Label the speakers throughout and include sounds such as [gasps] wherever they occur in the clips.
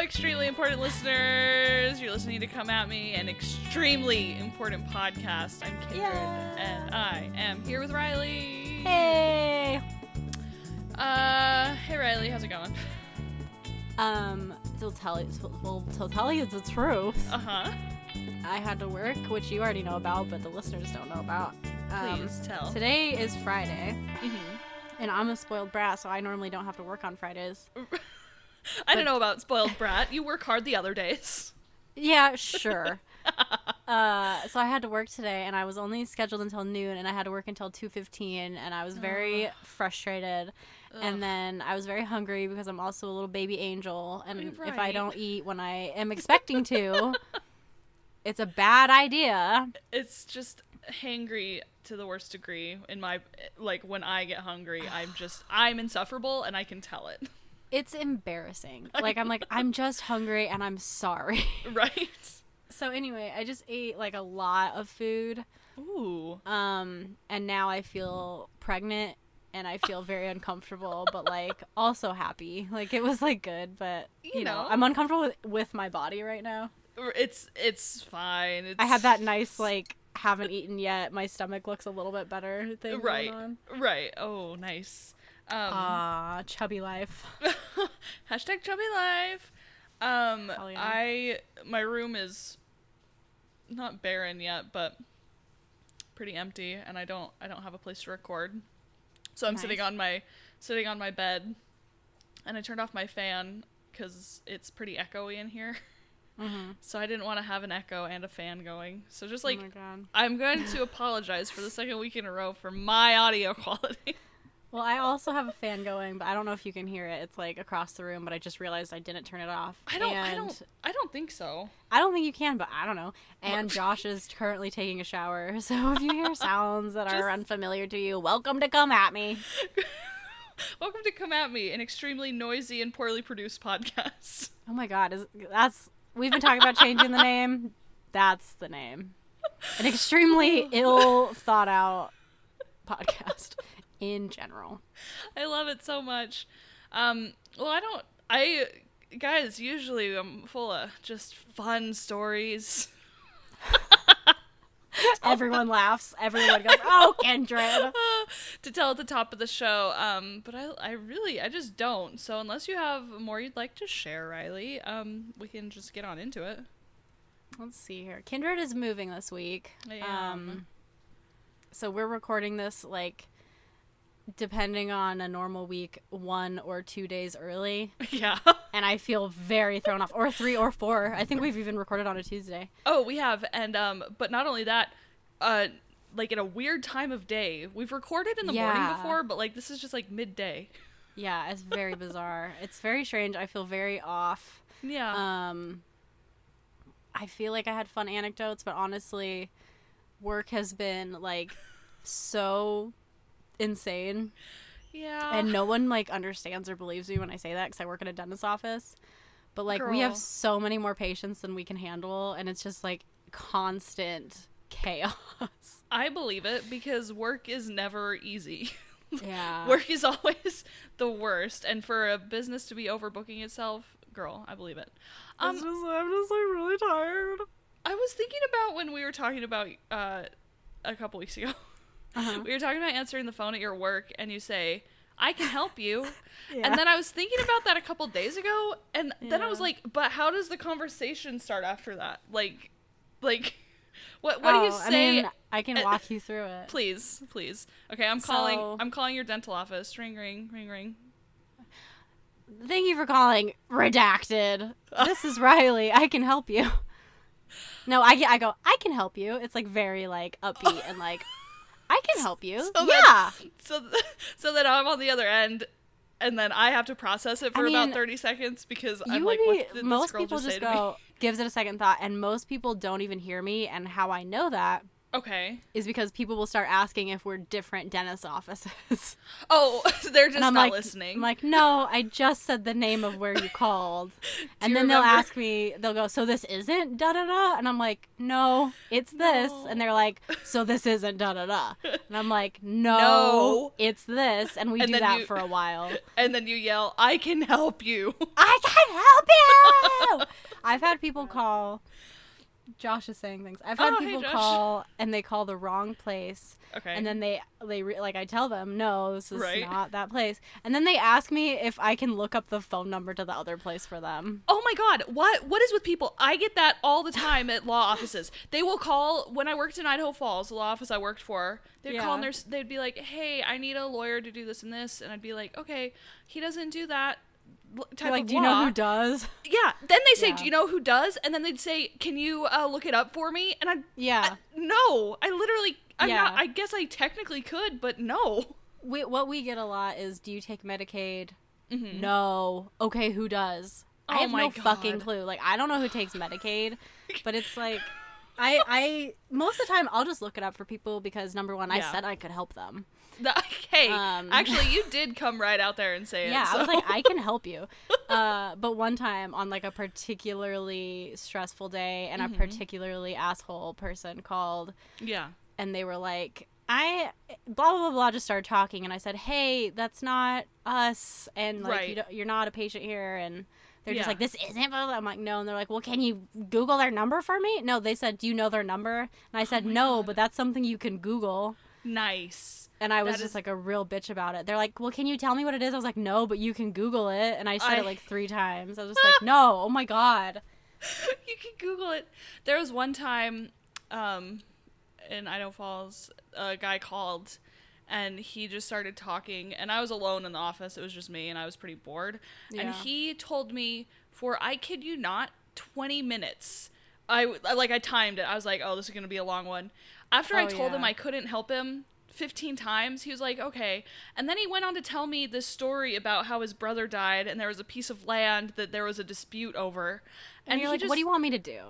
Speaker 1: extremely important listeners. You're listening to Come At Me, an extremely important podcast. I'm Kindred,
Speaker 2: Yeah.
Speaker 1: and I am here with Riley.
Speaker 2: Hey.
Speaker 1: Uh, hey Riley, how's it going?
Speaker 2: Um, to tell you, well, to tell you the truth,
Speaker 1: Uh huh.
Speaker 2: I had to work, which you already know about, but the listeners don't know about. Um,
Speaker 1: Please tell.
Speaker 2: today Mm-hmm. is Friday,
Speaker 1: Mhm.
Speaker 2: and I'm a spoiled brat, so I normally don't have to work on Fridays.
Speaker 1: I don't know about spoiled brat. You work hard the other days.
Speaker 2: Yeah, sure. [laughs] uh, so I had to work today, and I was only scheduled until noon, and I had to work until two fifteen, and I was very frustrated.
Speaker 1: Ugh.
Speaker 2: And then I was very hungry because I'm also a little baby angel, and if I
Speaker 1: Right.
Speaker 2: don't eat when I am expecting [laughs] to, it's a bad idea.
Speaker 1: it's just hangry to the worst degree in my like when i get hungry i'm just i'm insufferable and i can tell it [laughs]
Speaker 2: It's embarrassing. Like I'm like I'm just hungry and I'm sorry.
Speaker 1: right
Speaker 2: [laughs] so anyway, I just ate like a lot of food,
Speaker 1: ooh
Speaker 2: um, and now I feel pregnant and I feel very uncomfortable, but like also happy. Like it was like good, but you,
Speaker 1: You
Speaker 2: know,
Speaker 1: know.
Speaker 2: I'm uncomfortable with, with my body right now.
Speaker 1: it's it's fine it's,
Speaker 2: I have that nice like haven't eaten yet. My stomach looks a little bit better thing
Speaker 1: right
Speaker 2: going
Speaker 1: right oh nice um
Speaker 2: on. Ah, chubby life.
Speaker 1: [laughs] hashtag chubby life um
Speaker 2: Hell yeah.
Speaker 1: i my room is not barren yet but pretty empty and i don't i don't have a place to record so i'm sitting
Speaker 2: Nice.
Speaker 1: on my sitting on my bed and i turned off my fan because it's pretty echoey in here [laughs] Mm-hmm.
Speaker 2: Mhm.
Speaker 1: so i didn't want to have an echo and a fan going so just
Speaker 2: oh
Speaker 1: like
Speaker 2: my god.
Speaker 1: i'm going
Speaker 2: [laughs]
Speaker 1: to apologize for the second week in a row for my audio [laughs] quality
Speaker 2: Well, I also have a fan going, but I don't know if you can hear it. It's like across the room, but I just realized I didn't turn it off.
Speaker 1: i don't i
Speaker 2: And-
Speaker 1: don't i don't think so [laughs]
Speaker 2: I don't think you can, but I don't know. And Josh is currently taking a shower, [laughs] so if you hear sounds that
Speaker 1: Just-
Speaker 2: are unfamiliar to you, welcome to come at me.
Speaker 1: Welcome to Come At Me, an extremely noisy and poorly produced podcast. [laughs]
Speaker 2: Oh my god, is that's we've been talking about changing the name. That's the name. An extremely ill thought out podcast in general.
Speaker 1: I love it so much. Um, well, I don't. I guys usually I'm full of just fun stories. [laughs]
Speaker 2: Everyone laughs. Everyone goes, "Oh, Kindred."
Speaker 1: to tell at the top of the show, um, but I, I really, I just don't. So unless you have more you'd like to share, Riley, um, we can just get on into it. [laughs]
Speaker 2: Let's see here. Kindred is moving this week. Um,
Speaker 1: I am.
Speaker 2: so we're recording this like depending on a normal week, one or two days early,
Speaker 1: yeah.
Speaker 2: and I feel very thrown off. Or three or four. I think we've even recorded on a Tuesday.
Speaker 1: Oh, we have, and um, but not only that, uh, like at a weird time of day. We've recorded in the morning
Speaker 2: Yeah.
Speaker 1: before, but like this is just like midday. [laughs]
Speaker 2: Yeah, it's very bizarre. It's very strange. I feel very off.
Speaker 1: Yeah.
Speaker 2: Um, I feel like I had fun anecdotes, but honestly, work has been like so insane,
Speaker 1: yeah. [laughs]
Speaker 2: and no one like understands or believes me when I say that because I work at a dentist's office. But like, we
Speaker 1: Girl.
Speaker 2: have so many more patients than we can handle, and it's just like constant chaos.
Speaker 1: I believe it because work is never easy.
Speaker 2: yeah,
Speaker 1: [laughs]
Speaker 2: [laughs]
Speaker 1: work is always the worst, and for a business to be overbooking itself, girl, I believe it. Um,
Speaker 2: It's just- I'm just like really tired.
Speaker 1: I was thinking about when we were talking about uh, a couple weeks ago.
Speaker 2: Uh-huh.
Speaker 1: [laughs] We were talking about answering the phone at your work, and you say, "I can help you."
Speaker 2: [laughs] Yeah.
Speaker 1: And then I was thinking about that a couple days ago, and then I was
Speaker 2: Yeah.
Speaker 1: like, "But how does the conversation start after that? Like, like, what what do you
Speaker 2: Oh,
Speaker 1: say?" Uh,
Speaker 2: I mean, I can walk you through it.
Speaker 1: please, please. Okay, I'm calling.
Speaker 2: So-
Speaker 1: I'm calling your dental office. Ring, ring, ring, ring.
Speaker 2: Thank you for calling Redacted. This is Riley. I can help you. [laughs] No, I, I go, I can help you. It's like very like upbeat and like, I can help you.
Speaker 1: [laughs] So
Speaker 2: yeah.
Speaker 1: that's- So, th- [laughs] so then I'm on the other end, and then I have to process it for about
Speaker 2: mean,
Speaker 1: 30 seconds because
Speaker 2: you
Speaker 1: I'm like,
Speaker 2: would be,
Speaker 1: what did
Speaker 2: most
Speaker 1: this girl
Speaker 2: people [laughs]
Speaker 1: just
Speaker 2: just,
Speaker 1: say to me?
Speaker 2: go, gives it a second thought. And most people don't even hear me. And how I know that
Speaker 1: [laughs] Okay.
Speaker 2: is because people will start asking if we're different dentist offices. [laughs]
Speaker 1: Oh, [laughs] they're just
Speaker 2: and I'm
Speaker 1: not
Speaker 2: like,
Speaker 1: listening.
Speaker 2: I'm like, no, I just said the name of where
Speaker 1: [laughs]
Speaker 2: you called. and
Speaker 1: you
Speaker 2: then they'll
Speaker 1: remember?
Speaker 2: ask me, they'll go, so this isn't da da da? And I'm like, no, it's this. And they're like, so this isn't da
Speaker 1: [laughs]
Speaker 2: da da. And I'm like, no,
Speaker 1: No.
Speaker 2: it's this. And we
Speaker 1: And
Speaker 2: do
Speaker 1: then
Speaker 2: that
Speaker 1: you-
Speaker 2: for a while.
Speaker 1: and then you yell, "I can help you." [laughs]
Speaker 2: I can help you. [laughs] I've had people call. Josh is saying things. I've had
Speaker 1: Oh, hey,
Speaker 2: people
Speaker 1: Josh.
Speaker 2: call and they call the wrong place
Speaker 1: okay.
Speaker 2: and then they they re- like I tell them no, this is
Speaker 1: Right.
Speaker 2: not that place, and then they ask me if I can look up the phone number to the other place for them.
Speaker 1: Oh my god, what what is with people? I get that all the time at law offices. They will call when I worked in Idaho Falls, the law office I worked for. They'd call and
Speaker 2: Yeah.
Speaker 1: their, they'd be like, "Hey, I need a lawyer to do this and this," and I'd be like, "Okay, he doesn't do that." l- Type
Speaker 2: You're like,
Speaker 1: of
Speaker 2: do you know
Speaker 1: law."
Speaker 2: who does?
Speaker 1: Yeah. Then they say,
Speaker 2: Yeah.
Speaker 1: "Do you know who does?" And then they'd say, "Can you uh, look it up for me?" And I,
Speaker 2: Yeah.
Speaker 1: no, I literally, I'm
Speaker 2: Yeah.
Speaker 1: not. I guess I technically could, but no. [laughs]
Speaker 2: we, what we get a lot is, do you take Medicaid? No. Okay, who does? I
Speaker 1: Mm-hmm. Oh
Speaker 2: have
Speaker 1: my
Speaker 2: no fucking
Speaker 1: God.
Speaker 2: clue. Like, I don't know who takes Medicaid,
Speaker 1: [laughs]
Speaker 2: but it's like, I I most of the time I'll just look it up for people because number one, I
Speaker 1: Yeah.
Speaker 2: said I could help them.
Speaker 1: The, [laughs] hey,
Speaker 2: Um.
Speaker 1: actually, you did come right out there and say it.
Speaker 2: Yeah, I was
Speaker 1: so-
Speaker 2: like, I can help you. Uh, but one time on like a particularly stressful day,
Speaker 1: Mm-hmm.
Speaker 2: and a particularly asshole person called,
Speaker 1: [laughs] yeah.
Speaker 2: and they were like, I blah blah blah blah. Just started talking, and I said, Hey, that's not us, and like
Speaker 1: Right.
Speaker 2: you don't, you're not a patient here, and. They're just
Speaker 1: Yeah.
Speaker 2: like, this isn't. blah, blah." I'm like, no. And they're like, well, can you Google their number for me? No, they said, do you know their number? And
Speaker 1: Oh
Speaker 2: I said, no, but that's something you can Google.
Speaker 1: Nice.
Speaker 2: And I was
Speaker 1: That
Speaker 2: just
Speaker 1: is-
Speaker 2: like a real bitch about it. They're like, "Well, can you tell me what it is?" I was like, "No, but you can Google it." And I said
Speaker 1: I-
Speaker 2: it like three times. I
Speaker 1: [laughs]
Speaker 2: was just like, "No, oh my god."
Speaker 1: you can Google it. There was one time um, in Idaho Falls, a guy called and he just started talking. And I was alone in the office. It was just me, and I was pretty bored. And
Speaker 2: Yeah.
Speaker 1: he told me for, I kid you not, 20 minutes. I, w- I- like I timed it. I was like, "Oh, this is gonna be a long one." After I
Speaker 2: Oh,
Speaker 1: told him
Speaker 2: yeah.
Speaker 1: I couldn't help him 15 times, he was like, "Okay." And then he went on to tell me this story about how his brother died, and there was a piece of land that there was a dispute over.
Speaker 2: And, you're
Speaker 1: he
Speaker 2: like,
Speaker 1: just,
Speaker 2: "What do you want me to do?"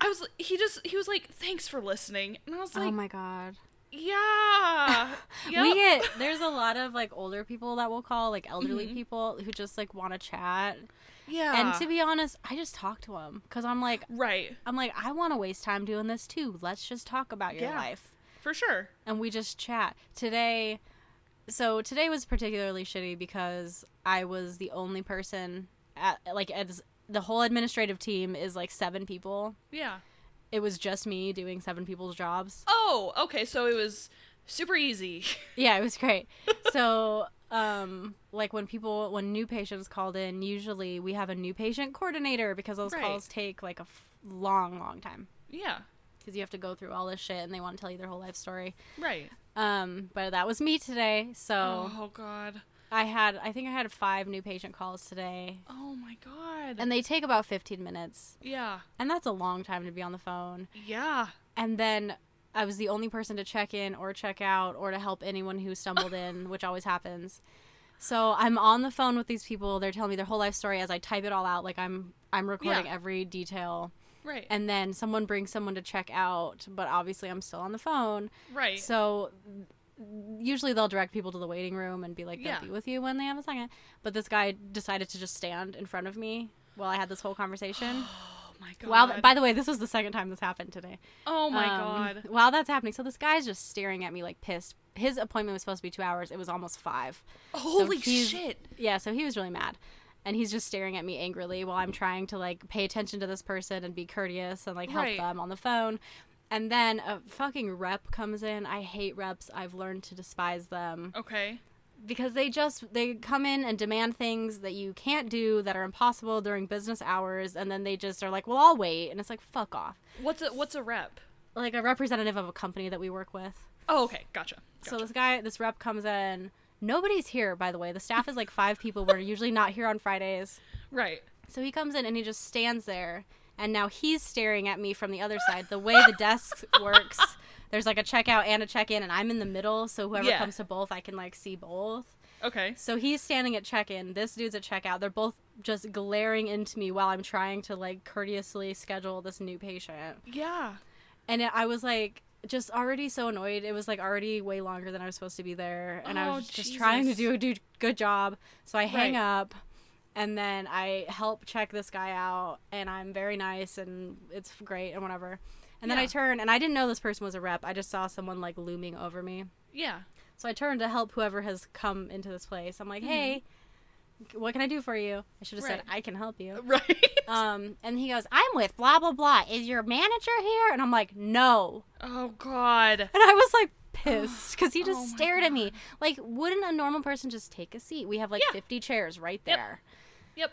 Speaker 1: I was he just he was like thanks for listening and I was like
Speaker 2: oh my god.
Speaker 1: yeah
Speaker 2: [laughs] We
Speaker 1: Yep. Mm-hmm.
Speaker 2: get there's a lot of like older people that will call, like elderly people who just like want to chat.
Speaker 1: yeah
Speaker 2: And to be honest, I just talk to them cuz I'm like
Speaker 1: right
Speaker 2: I'm like I want to waste time doing this too. Let's just talk about your
Speaker 1: Yeah.
Speaker 2: life.
Speaker 1: for sure
Speaker 2: and we just chat today so today was particularly shitty because i was the only person at like as the whole administrative team is like seven people
Speaker 1: yeah
Speaker 2: it was just me doing seven people's jobs
Speaker 1: oh okay so it was super easy [laughs]
Speaker 2: yeah it was great so um like when people when new patients called in usually we have a new patient coordinator because those
Speaker 1: Right.
Speaker 2: calls take like a f- long long time
Speaker 1: yeah
Speaker 2: because you have to go through all this shit and they want to tell you their whole life story
Speaker 1: right
Speaker 2: um but that was me today so
Speaker 1: oh, god
Speaker 2: I had I think I had five new patient calls today.
Speaker 1: oh my god
Speaker 2: And they take about 15 minutes.
Speaker 1: yeah
Speaker 2: And that's a long time to be on the phone.
Speaker 1: yeah
Speaker 2: And then I was the only person to check in or check out or to help anyone who stumbled
Speaker 1: [laughs]
Speaker 2: in, which always happens. So I'm on the phone with these people. They're telling me their whole life story as I type it all out like I'm I'm recording
Speaker 1: Yeah.
Speaker 2: every detail.
Speaker 1: right
Speaker 2: And then someone brings someone to check out, but obviously I'm still on the phone.
Speaker 1: right
Speaker 2: So usually they'll direct people to the waiting room and be like, they'll
Speaker 1: Yeah.
Speaker 2: be with you when they have a second. But this guy decided to just stand in front of me while I had this whole conversation.
Speaker 1: [gasps]
Speaker 2: [gasps]
Speaker 1: oh my god
Speaker 2: while, by the way, this was the second time this happened today.
Speaker 1: oh my
Speaker 2: Um,
Speaker 1: god
Speaker 2: While that's happening, so this guy's just staring at me like pissed. His appointment was supposed to be two hours. It was almost five.
Speaker 1: holy
Speaker 2: he's-
Speaker 1: shit
Speaker 2: Yeah, so he was really mad. And he's just staring at me angrily while I'm trying to like pay attention to this person and be courteous and like help
Speaker 1: Right.
Speaker 2: them on the phone. And then a fucking rep comes in. I hate reps. I've learned to despise them
Speaker 1: okay
Speaker 2: because they just they come in and demand things that you can't do that are impossible during business hours and then they just are like, "Well, I'll wait." And it's like, "Fuck off."
Speaker 1: what's a what's a rep
Speaker 2: Like a representative of a company that we work with.
Speaker 1: oh okay gotcha,
Speaker 2: So
Speaker 1: Gotcha.
Speaker 2: this guy, this rep comes in. Nobody's here, by the way. The staff is like five people. We're usually not here on Fridays.
Speaker 1: right
Speaker 2: So he comes in and he just stands there, and now he's staring at me from the other side. The way the
Speaker 1: [laughs]
Speaker 2: desk works, there's like a checkout and a check in, and I'm in the middle, so whoever
Speaker 1: Yeah.
Speaker 2: comes to both, I can like see both.
Speaker 1: okay
Speaker 2: So he's standing at check in, this dude's at checkout. They're both just glaring into me while I'm trying to like courteously schedule this new patient.
Speaker 1: yeah
Speaker 2: And I was like, just already so annoyed. It was like already way longer than I was supposed to be there, and I
Speaker 1: Oh,
Speaker 2: was just trying to do a do, good job. So I hang
Speaker 1: Right.
Speaker 2: up, and then I help check this guy out, and I'm very nice, and it's great, and whatever. And then I
Speaker 1: Yeah.
Speaker 2: turn, and I didn't know this person was a rep. I just saw someone like looming over me. [laughs]
Speaker 1: Yeah.
Speaker 2: So I turned to help whoever has come into this place. I'm like, hey,
Speaker 1: Mm-hmm.
Speaker 2: what can I do for you? I should have said, I can help you.
Speaker 1: Right. [laughs]
Speaker 2: Um, and he goes, I'm with blah, blah, blah. Is your manager here? And I'm like, no.
Speaker 1: Oh God.
Speaker 2: And I was like pissed
Speaker 1: [sighs]
Speaker 2: because he just
Speaker 1: Oh my
Speaker 2: stared at me. Like, wouldn't a normal person just take a seat? We have like
Speaker 1: Yeah.
Speaker 2: 50 chairs right
Speaker 1: Yep.
Speaker 2: there.
Speaker 1: Yep.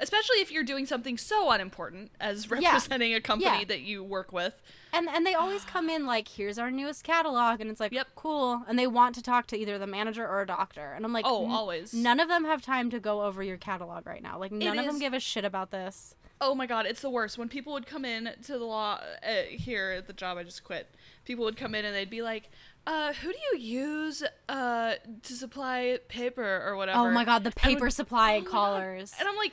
Speaker 1: Especially if you're doing something so unimportant as representing a company
Speaker 2: Yeah.
Speaker 1: that you work with.
Speaker 2: And and they always come in like, here's our newest catalog. And it's like,
Speaker 1: Yep.
Speaker 2: cool. And they want to talk to either the manager or a doctor. And I'm like,
Speaker 1: Oh,
Speaker 2: "N-
Speaker 1: always.
Speaker 2: None of them have time to go over your catalog right now. Like, none of them
Speaker 1: is-
Speaker 2: give a shit about this.
Speaker 1: Oh my god, it's the worst. When people would come in to the law uh, here at the job I just quit, people would come in and they'd be like, uh, "Who do you use uh, to supply paper or whatever?"
Speaker 2: Oh my god, the
Speaker 1: And would-
Speaker 2: paper supply
Speaker 1: Oh my God.
Speaker 2: callers.
Speaker 1: And I'm like,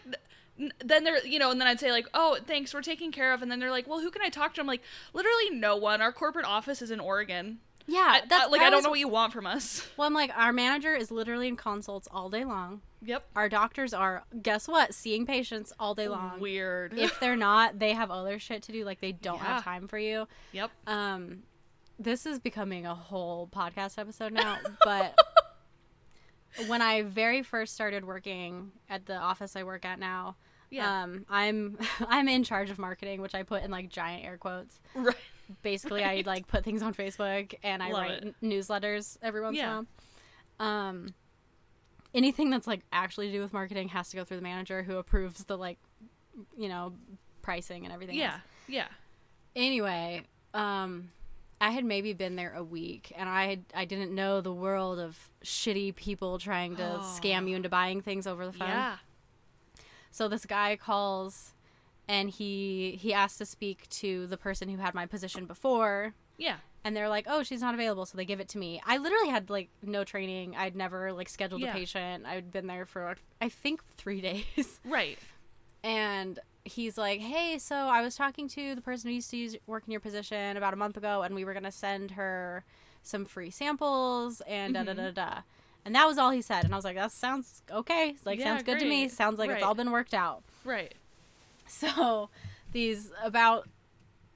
Speaker 1: n- then they're you know, and then I'd say like, "Oh, thanks, we're taken care of." And then they're like, "Well, who can I talk to?" I'm like, "Literally no one. Our corporate office is in Oregon.
Speaker 2: yeah,
Speaker 1: I, I-
Speaker 2: that's
Speaker 1: like I, don't
Speaker 2: always-
Speaker 1: know what you want from us." [laughs]
Speaker 2: Well, I'm like, our manager is literally in consults all day long.
Speaker 1: Yep.
Speaker 2: Our doctors are, guess what, seeing patients all day long.
Speaker 1: Weird. [laughs]
Speaker 2: If they're not, they have other shit to do. Like they don't
Speaker 1: Yeah.
Speaker 2: have time for you. [laughs]
Speaker 1: yep.
Speaker 2: Um, this is becoming a whole podcast
Speaker 1: [laughs]
Speaker 2: episode now. But when I very first started working at the office I work at now,
Speaker 1: Yeah.
Speaker 2: um, I'm [laughs] I'm in charge of marketing, which I put in like giant air quotes.
Speaker 1: right.
Speaker 2: basically
Speaker 1: Right.
Speaker 2: I like put things on Facebook and I
Speaker 1: Love
Speaker 2: write
Speaker 1: it.
Speaker 2: n- newsletters every once
Speaker 1: Yeah.
Speaker 2: in a while. Um, anything that's like actually to do with marketing has to go through the manager who approves the like, you know, pricing and everything.
Speaker 1: Yeah.
Speaker 2: else.
Speaker 1: Yeah.
Speaker 2: Anyway, um, I had maybe been there a week and I had, I didn't know the world of shitty people trying to scam you into buying things over the phone.
Speaker 1: Yeah.
Speaker 2: So this guy calls and he he asked to speak to the person who had my position before
Speaker 1: Yeah.
Speaker 2: and they're like, "Oh, she's not available," so they give it to me. I literally had like no training. I'd never like scheduled
Speaker 1: Yeah.
Speaker 2: a patient. I'd been there for I think 3 [laughs] days.
Speaker 1: Right.
Speaker 2: And he's like, "Hey, so I was talking to the person who used to use, work in your position about a month ago and we were going to send her some free samples and da da
Speaker 1: Mm-hmm.
Speaker 2: da da." And that was all he said. And I was like, "That sounds okay. Like
Speaker 1: Yeah,
Speaker 2: sounds good to me.
Speaker 1: great.
Speaker 2: Sounds like it's
Speaker 1: Right.
Speaker 2: all been worked out." [laughs]
Speaker 1: Right.
Speaker 2: So, these about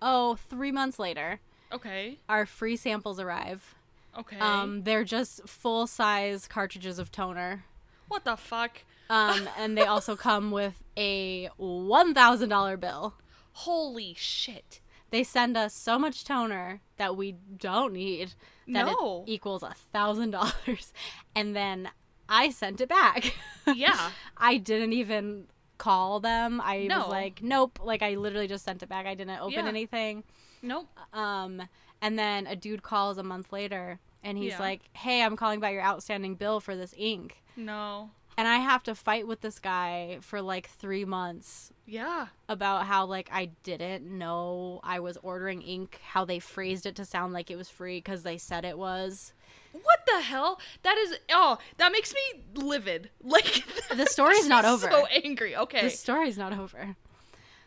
Speaker 2: oh, 3 months later,
Speaker 1: Okay.
Speaker 2: our free samples arrive.
Speaker 1: Okay.
Speaker 2: Um, they're just full size cartridges of toner.
Speaker 1: what the fuck?
Speaker 2: Um,
Speaker 1: [laughs]
Speaker 2: and they also come with a one thousand dollar bill.
Speaker 1: Holy shit.
Speaker 2: They send us so much toner that we don't need that
Speaker 1: No.
Speaker 2: it equals a thousand dollars, and then I sent it back. [laughs]
Speaker 1: Yeah.
Speaker 2: I didn't even call them. I
Speaker 1: No.
Speaker 2: was like, nope. Like I literally just sent it back. I didn't open
Speaker 1: Yeah.
Speaker 2: anything.
Speaker 1: Nope.
Speaker 2: Um, and then a dude calls a month later, and he's
Speaker 1: Yeah.
Speaker 2: like, "Hey, I'm calling about your outstanding bill for this ink."
Speaker 1: No.
Speaker 2: and I have to fight with this guy for like three months
Speaker 1: Yeah.
Speaker 2: about how like I didn't know I was ordering ink, how they phrased it to sound like it was free because they said it was.
Speaker 1: What the hell? That is oh, that makes me livid. [laughs] Like
Speaker 2: [laughs] The story's
Speaker 1: [laughs]
Speaker 2: not over.
Speaker 1: So angry. Okay.
Speaker 2: The story's not over.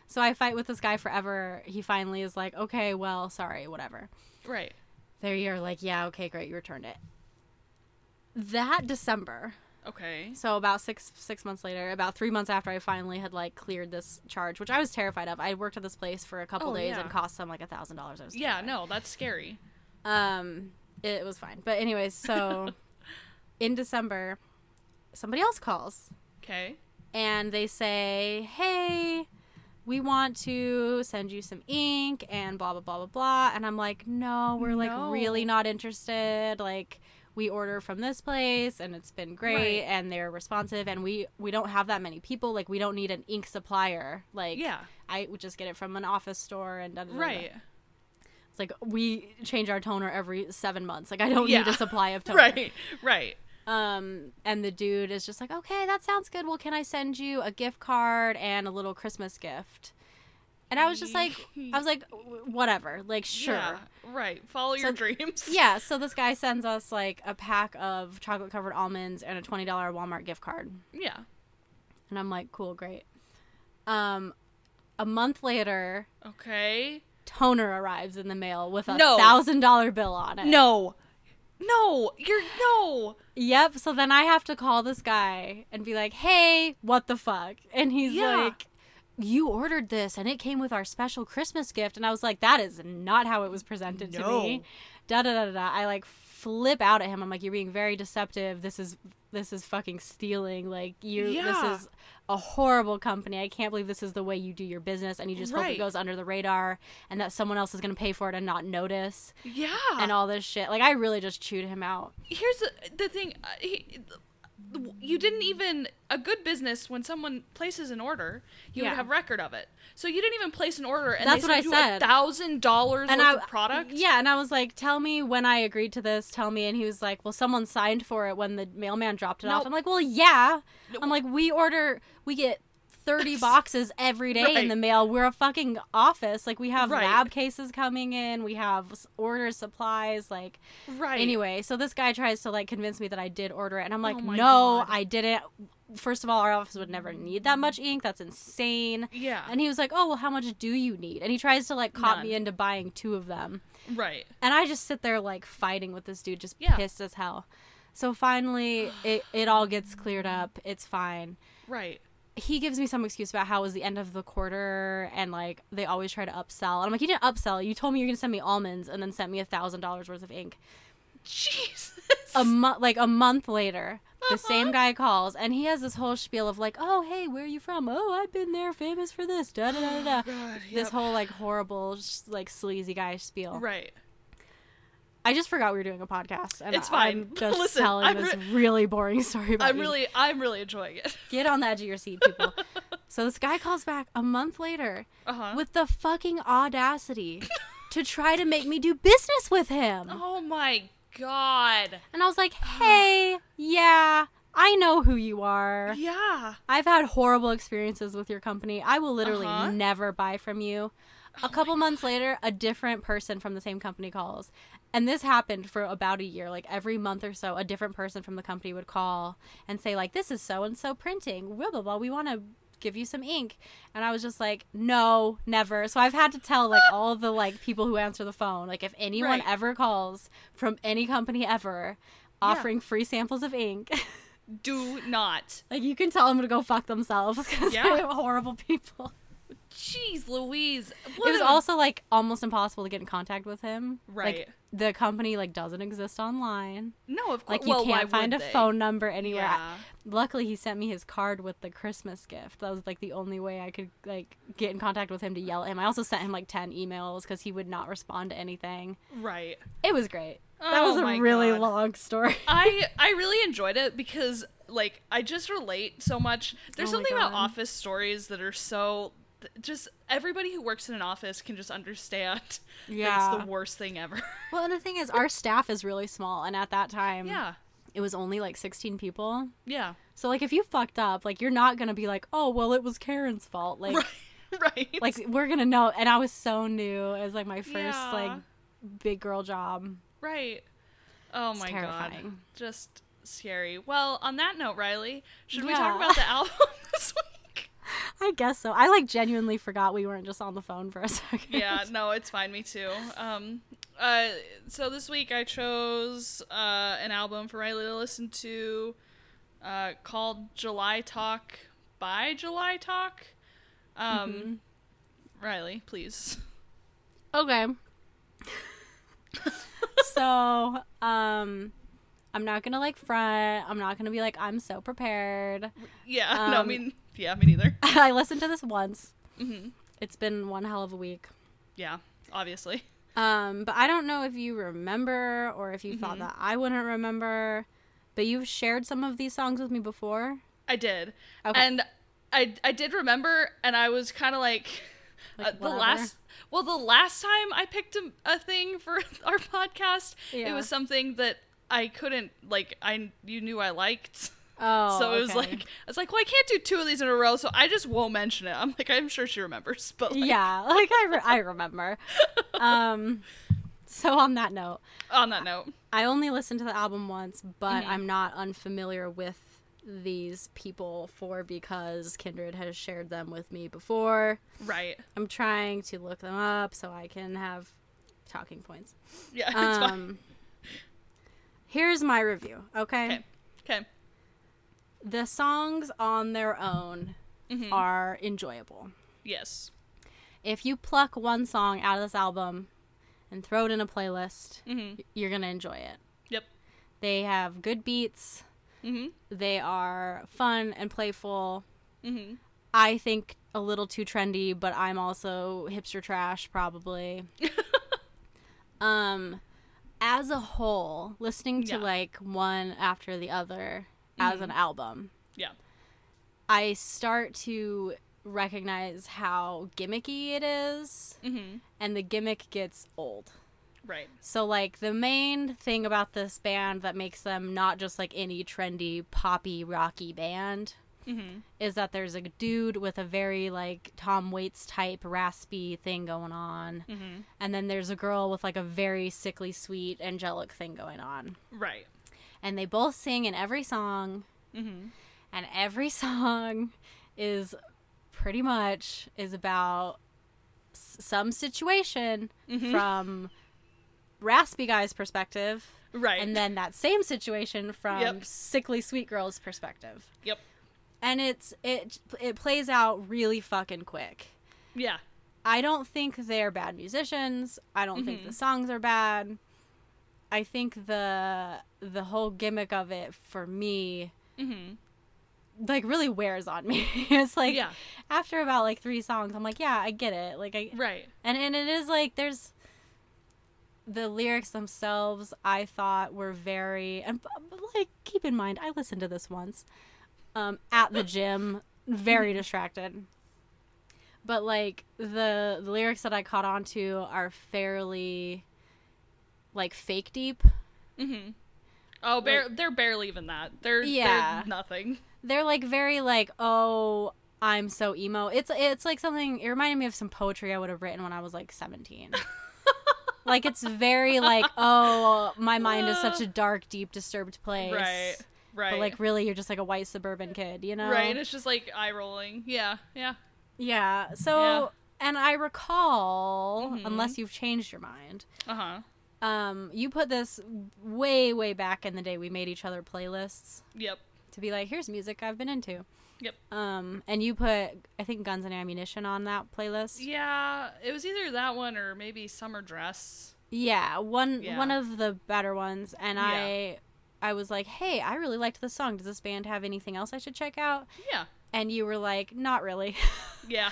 Speaker 2: So I fight with this guy forever. He finally is like, okay, well, sorry, whatever.
Speaker 1: right.
Speaker 2: There you're like, yeah, okay, great, you returned it. That December,
Speaker 1: Okay.
Speaker 2: so about six six months later about three months after i finally had like cleared this charge which i was terrified of i worked at this place for a couple
Speaker 1: Oh,
Speaker 2: days
Speaker 1: yeah.
Speaker 2: and cost them like a thousand dollars i was
Speaker 1: Yeah, no, that's scary.
Speaker 2: terrified. um it was fine but
Speaker 1: [laughs]
Speaker 2: anyways so in december somebody else calls
Speaker 1: Okay.
Speaker 2: and they say hey we want to send you some ink and blah blah blah blah blah and i'm like no we're like
Speaker 1: No.
Speaker 2: really not interested like we order from this place and it's been great
Speaker 1: Right.
Speaker 2: and they're responsive and we we don't have that many people like we don't need an ink supplier like
Speaker 1: Yeah.
Speaker 2: i would just get it from an office store and da, da, da, da.
Speaker 1: Right.
Speaker 2: it's like we change our toner every seven months like i don't need
Speaker 1: Yeah.
Speaker 2: a
Speaker 1: [laughs]
Speaker 2: supply of toner
Speaker 1: Right. Right.
Speaker 2: um, and the dude is just like, okay, that sounds good. Well, can I send you a gift card and a little Christmas gift? And I was just like, I was like, "W- whatever. Like, sure.
Speaker 1: Yeah.
Speaker 2: Yeah.
Speaker 1: Right. Follow your dreams.
Speaker 2: so this guy sends us like a pack of chocolate covered almonds and a $20 Walmart gift card.
Speaker 1: [laughs] Yeah.
Speaker 2: And I'm like, cool, great. Um, a month later,
Speaker 1: Okay.
Speaker 2: toner arrives in the mail with a
Speaker 1: No.
Speaker 2: thousand dollar bill on it.
Speaker 1: No. No. You're no.
Speaker 2: Yep. So then I have to call this guy and be like, hey, what the fuck? And he's
Speaker 1: Yeah.
Speaker 2: like, you ordered this and it came with our special Christmas gift. And I was like, that is not how it was presented to me. Da da da da, da. I like flip out at him. I'm like, you're being very deceptive. This is this is fucking stealing. Like you
Speaker 1: Yeah.
Speaker 2: this is a horrible company. I can't believe this is the way you do your business and you just hope
Speaker 1: Right.
Speaker 2: it goes under the radar and that someone else is gonna pay for it and not notice
Speaker 1: Yeah.
Speaker 2: and all this shit. Like I really just chewed him out.
Speaker 1: here's the, the thing uh, he, you didn't even a good business when someone places an order you
Speaker 2: Yeah.
Speaker 1: would have record of it so you didn't even place an order and
Speaker 2: That's
Speaker 1: they
Speaker 2: what I
Speaker 1: sent you a
Speaker 2: said.
Speaker 1: thousand dollars worth of product
Speaker 2: Yeah, and I was like, "Tell me when I agreed to this. Tell me." And he was like, "Well, someone signed for it when the mailman dropped it
Speaker 1: No.
Speaker 2: off." I'm like, "Well, yeah."
Speaker 1: No.
Speaker 2: I'm like, "We order, we get
Speaker 1: [laughs]
Speaker 2: 30 boxes every day
Speaker 1: Right.
Speaker 2: in the mail. We're a fucking office. Like we have
Speaker 1: Right.
Speaker 2: lab cases coming in. We have s- order supplies like
Speaker 1: right
Speaker 2: Anyway, so this guy tries to like convince me that I did order it, and I'm like,
Speaker 1: Oh my
Speaker 2: no,
Speaker 1: God.
Speaker 2: I didn't. First of all, our office would never need that much ink. That's insane.
Speaker 1: yeah
Speaker 2: And he was like, oh, well, how much do you need? And he tries to like cop
Speaker 1: None.
Speaker 2: me into buying two of them.
Speaker 1: right
Speaker 2: And I just sit there like fighting with this dude, just
Speaker 1: Yeah.
Speaker 2: pissed as hell. So finally, it, it all gets cleared up. It's fine.
Speaker 1: right
Speaker 2: He gives me some excuse about how it was the end of the quarter and like they always try to upsell. And I'm like, you didn't upsell. You told me you're going to send me almonds and then sent me a $1,000 worth of ink
Speaker 1: jesus
Speaker 2: a month like a month later the same
Speaker 1: Uh-huh.
Speaker 2: guy calls and he has this whole spiel of like oh hey where are you from oh i've been there famous for this da da da da da."
Speaker 1: Oh God,
Speaker 2: this
Speaker 1: yep.
Speaker 2: whole like horrible sh- like sleazy guy spiel
Speaker 1: right
Speaker 2: i just forgot we were doing a podcast and
Speaker 1: It's
Speaker 2: I-
Speaker 1: fine. [laughs]
Speaker 2: i'm just
Speaker 1: Listen,
Speaker 2: telling
Speaker 1: I'm
Speaker 2: this
Speaker 1: re-
Speaker 2: really boring story about
Speaker 1: i'm
Speaker 2: you.
Speaker 1: really i'm really enjoying it [laughs]
Speaker 2: get on the edge of your seat people so this guy calls back a month later
Speaker 1: uh-huh
Speaker 2: with the fucking audacity
Speaker 1: [laughs]
Speaker 2: to try to make me do business with him
Speaker 1: oh Ah. my god
Speaker 2: and i was like hey yeah i know who you are
Speaker 1: yeah
Speaker 2: I've had horrible experiences with your company. I will literally
Speaker 1: Uh-huh. Oh
Speaker 2: never buy from you. A couple months later, a different person from the same company calls. And this happened for about a year. Like every month or so, a different person from the company would call and say, like, this is so and so printing. Blah, blah, blah. We want to give you some ink. And I was just like, no, never. So I've had to tell like
Speaker 1: [laughs]
Speaker 2: all the like people who answer the phone, like if anyone
Speaker 1: Right.
Speaker 2: ever calls from any company ever offering free samples of ink, [laughs]
Speaker 1: do not
Speaker 2: like you can tell them to go fuck themselves [laughs] because
Speaker 1: Yeah.
Speaker 2: they're horrible people.
Speaker 1: jeez louise what
Speaker 2: it was
Speaker 1: a-
Speaker 2: also like almost impossible to get in contact with him. Like,
Speaker 1: Right.
Speaker 2: the company like doesn't exist online.
Speaker 1: no of course
Speaker 2: Like you
Speaker 1: well, why
Speaker 2: can't find a
Speaker 1: would they?
Speaker 2: phone number anywhere. I-
Speaker 1: yeah.
Speaker 2: Luckily, he sent me his card with the Christmas gift. That was like the only way I could like get in contact with him to yell at him. I also sent him like ten emails because he would not respond to anything.
Speaker 1: right
Speaker 2: It was great. that was
Speaker 1: Oh my
Speaker 2: a really
Speaker 1: God.
Speaker 2: long story. [laughs]
Speaker 1: I I really enjoyed it because like I just relate so much. There's
Speaker 2: Oh my
Speaker 1: something about
Speaker 2: God.
Speaker 1: office stories that are so th- just everybody who works in an office can just understand that it's
Speaker 2: Yeah.
Speaker 1: the worst thing ever.
Speaker 2: well, and the thing is, our staff is really small, and at that time,
Speaker 1: yeah.
Speaker 2: it was only like sixteen people.
Speaker 1: Yeah.
Speaker 2: So like if you fucked up, like you're not gonna be like, oh well, it was Karen's fault. Like
Speaker 1: Right. [laughs] Right.
Speaker 2: like we're gonna know. And I was so new. It was like my first
Speaker 1: Yeah.
Speaker 2: like big girl job.
Speaker 1: right. Oh my god.
Speaker 2: terrifying.
Speaker 1: Just scary. Well, on that note, Riley, should we talk
Speaker 2: Yeah. [laughs]
Speaker 1: about the album this week?
Speaker 2: I guess so. I like genuinely forgot we weren't just on the phone for a [laughs] second.
Speaker 1: yeah, no, it's fine. Me too. Um, uh, so this week I chose uh, an album for Riley to listen to uh, called July Talk by July Talk. Um, Riley, please. [laughs]
Speaker 2: Okay. so um, I'm not gonna like front. I'm not gonna be like I'm so prepared. [laughs]
Speaker 1: Yeah, no, I
Speaker 2: Um,
Speaker 1: mean, yeah, me neither.
Speaker 2: I listened to this once.
Speaker 1: hmm
Speaker 2: It's been one hell of a week.
Speaker 1: Yeah, obviously.
Speaker 2: Um, but I don't know if you remember or if you
Speaker 1: Mm-hmm.
Speaker 2: thought that I wouldn't remember, but you've shared some of these songs with me before.
Speaker 1: I did.
Speaker 2: Okay.
Speaker 1: And I, I did remember, and I was kind of like,
Speaker 2: Like,
Speaker 1: uh, the
Speaker 2: whatever.
Speaker 1: last, well, the last time I picked a, a thing for [laughs] our podcast, it
Speaker 2: Yeah.
Speaker 1: was something that I couldn't, like, I you knew I liked. [laughs]
Speaker 2: Oh,
Speaker 1: so it was
Speaker 2: okay.
Speaker 1: like, [laughs] I was like, well, I can't do two of these in a row, so I just won't mention it. I'm like, I'm sure she remembers, [laughs] but like,
Speaker 2: yeah, [laughs] like I, re-
Speaker 1: [laughs]
Speaker 2: I remember. um, so on that note,
Speaker 1: on that note,
Speaker 2: I only listened to the album once, but
Speaker 1: Mhm.
Speaker 2: I'm not unfamiliar with these people for because Kindred has shared them with me before.
Speaker 1: Right.
Speaker 2: I'm trying to look them up so I can have talking points.
Speaker 1: Yeah. [laughs] It's fine.
Speaker 2: Um, here's my review, okay?
Speaker 1: Okay. Okay.
Speaker 2: The songs on their own
Speaker 1: Mhm.
Speaker 2: are enjoyable.
Speaker 1: Yes.
Speaker 2: If you pluck one song out of this album and throw it in a playlist,
Speaker 1: Mm-hmm.
Speaker 2: you're going to enjoy it.
Speaker 1: Yep.
Speaker 2: They have good beats,
Speaker 1: Mm-hmm.
Speaker 2: they are fun and playful.
Speaker 1: Mm-hmm.
Speaker 2: I think a little too trendy, but I'm also hipster trash probably. um as a whole, listening to
Speaker 1: Yeah.
Speaker 2: like one after the other as an album,
Speaker 1: Yeah.
Speaker 2: I start to recognize how gimmicky it is
Speaker 1: Mm-hmm.
Speaker 2: and the gimmick gets old.
Speaker 1: Right.
Speaker 2: So like the main thing about this band that makes them not just like any trendy poppy rocky band
Speaker 1: Mm-hmm.
Speaker 2: is that there's a dude with a very like Tom Waits type raspy thing going on,
Speaker 1: Mm-hmm.
Speaker 2: and then there's a girl with like a very sickly sweet angelic thing going on.
Speaker 1: Right.
Speaker 2: And they both sing in every song,
Speaker 1: Mm-hmm.
Speaker 2: and every [laughs] song is pretty much is about s- some situation
Speaker 1: Mm-hmm.
Speaker 2: from raspy guy's perspective
Speaker 1: Right.
Speaker 2: and then that same situation from
Speaker 1: Yep.
Speaker 2: sickly sweet girl's perspective
Speaker 1: Yep.
Speaker 2: and it's it it plays out really fucking quick.
Speaker 1: Yeah.
Speaker 2: I don't think they're bad musicians. I don't think
Speaker 1: Mhm.
Speaker 2: the songs are bad. I think the the whole gimmick of it for me
Speaker 1: Mm-hmm.
Speaker 2: like really wears on me. [laughs] it's like
Speaker 1: yeah.
Speaker 2: after about like 3 songs I'm like, yeah, I get it. Like I
Speaker 1: Right.
Speaker 2: and and it is like there's the lyrics themselves I thought were very and b- b- like keep in mind I listened to this once um at the gym very distracted but like the, the lyrics that I caught on to are fairly like fake deep
Speaker 1: Mm-hmm. Oh, bar- they're barely even that. They're yeah,
Speaker 2: Yeah.
Speaker 1: nothing.
Speaker 2: they're like very like oh I'm so emo it's it's like something it reminded me of some poetry I would have written when I was
Speaker 1: [laughs]
Speaker 2: like 17 like it's very like oh my mind is such a dark deep disturbed place
Speaker 1: Right. Right.
Speaker 2: but like really you're just like a white suburban kid you know
Speaker 1: right. It's just like eye rolling. Yeah. Yeah.
Speaker 2: yeah so
Speaker 1: Yeah.
Speaker 2: and i recall
Speaker 1: Mhm.
Speaker 2: unless you've changed your mind
Speaker 1: Uh huh.
Speaker 2: um you put this way way back in the day we made each other playlists
Speaker 1: Yep.
Speaker 2: to be like here's music i've been into
Speaker 1: Yep.
Speaker 2: um and you put i think guns and ammunition on that playlist
Speaker 1: Yeah. It was either that one or maybe summer dress.
Speaker 2: Yeah, one
Speaker 1: Yeah.
Speaker 2: one of the better ones, and
Speaker 1: Yeah.
Speaker 2: I I was like, hey, I really liked this song. Does this band have anything else I should check out?
Speaker 1: Yeah.
Speaker 2: And you were like, not really. [laughs]
Speaker 1: Yeah.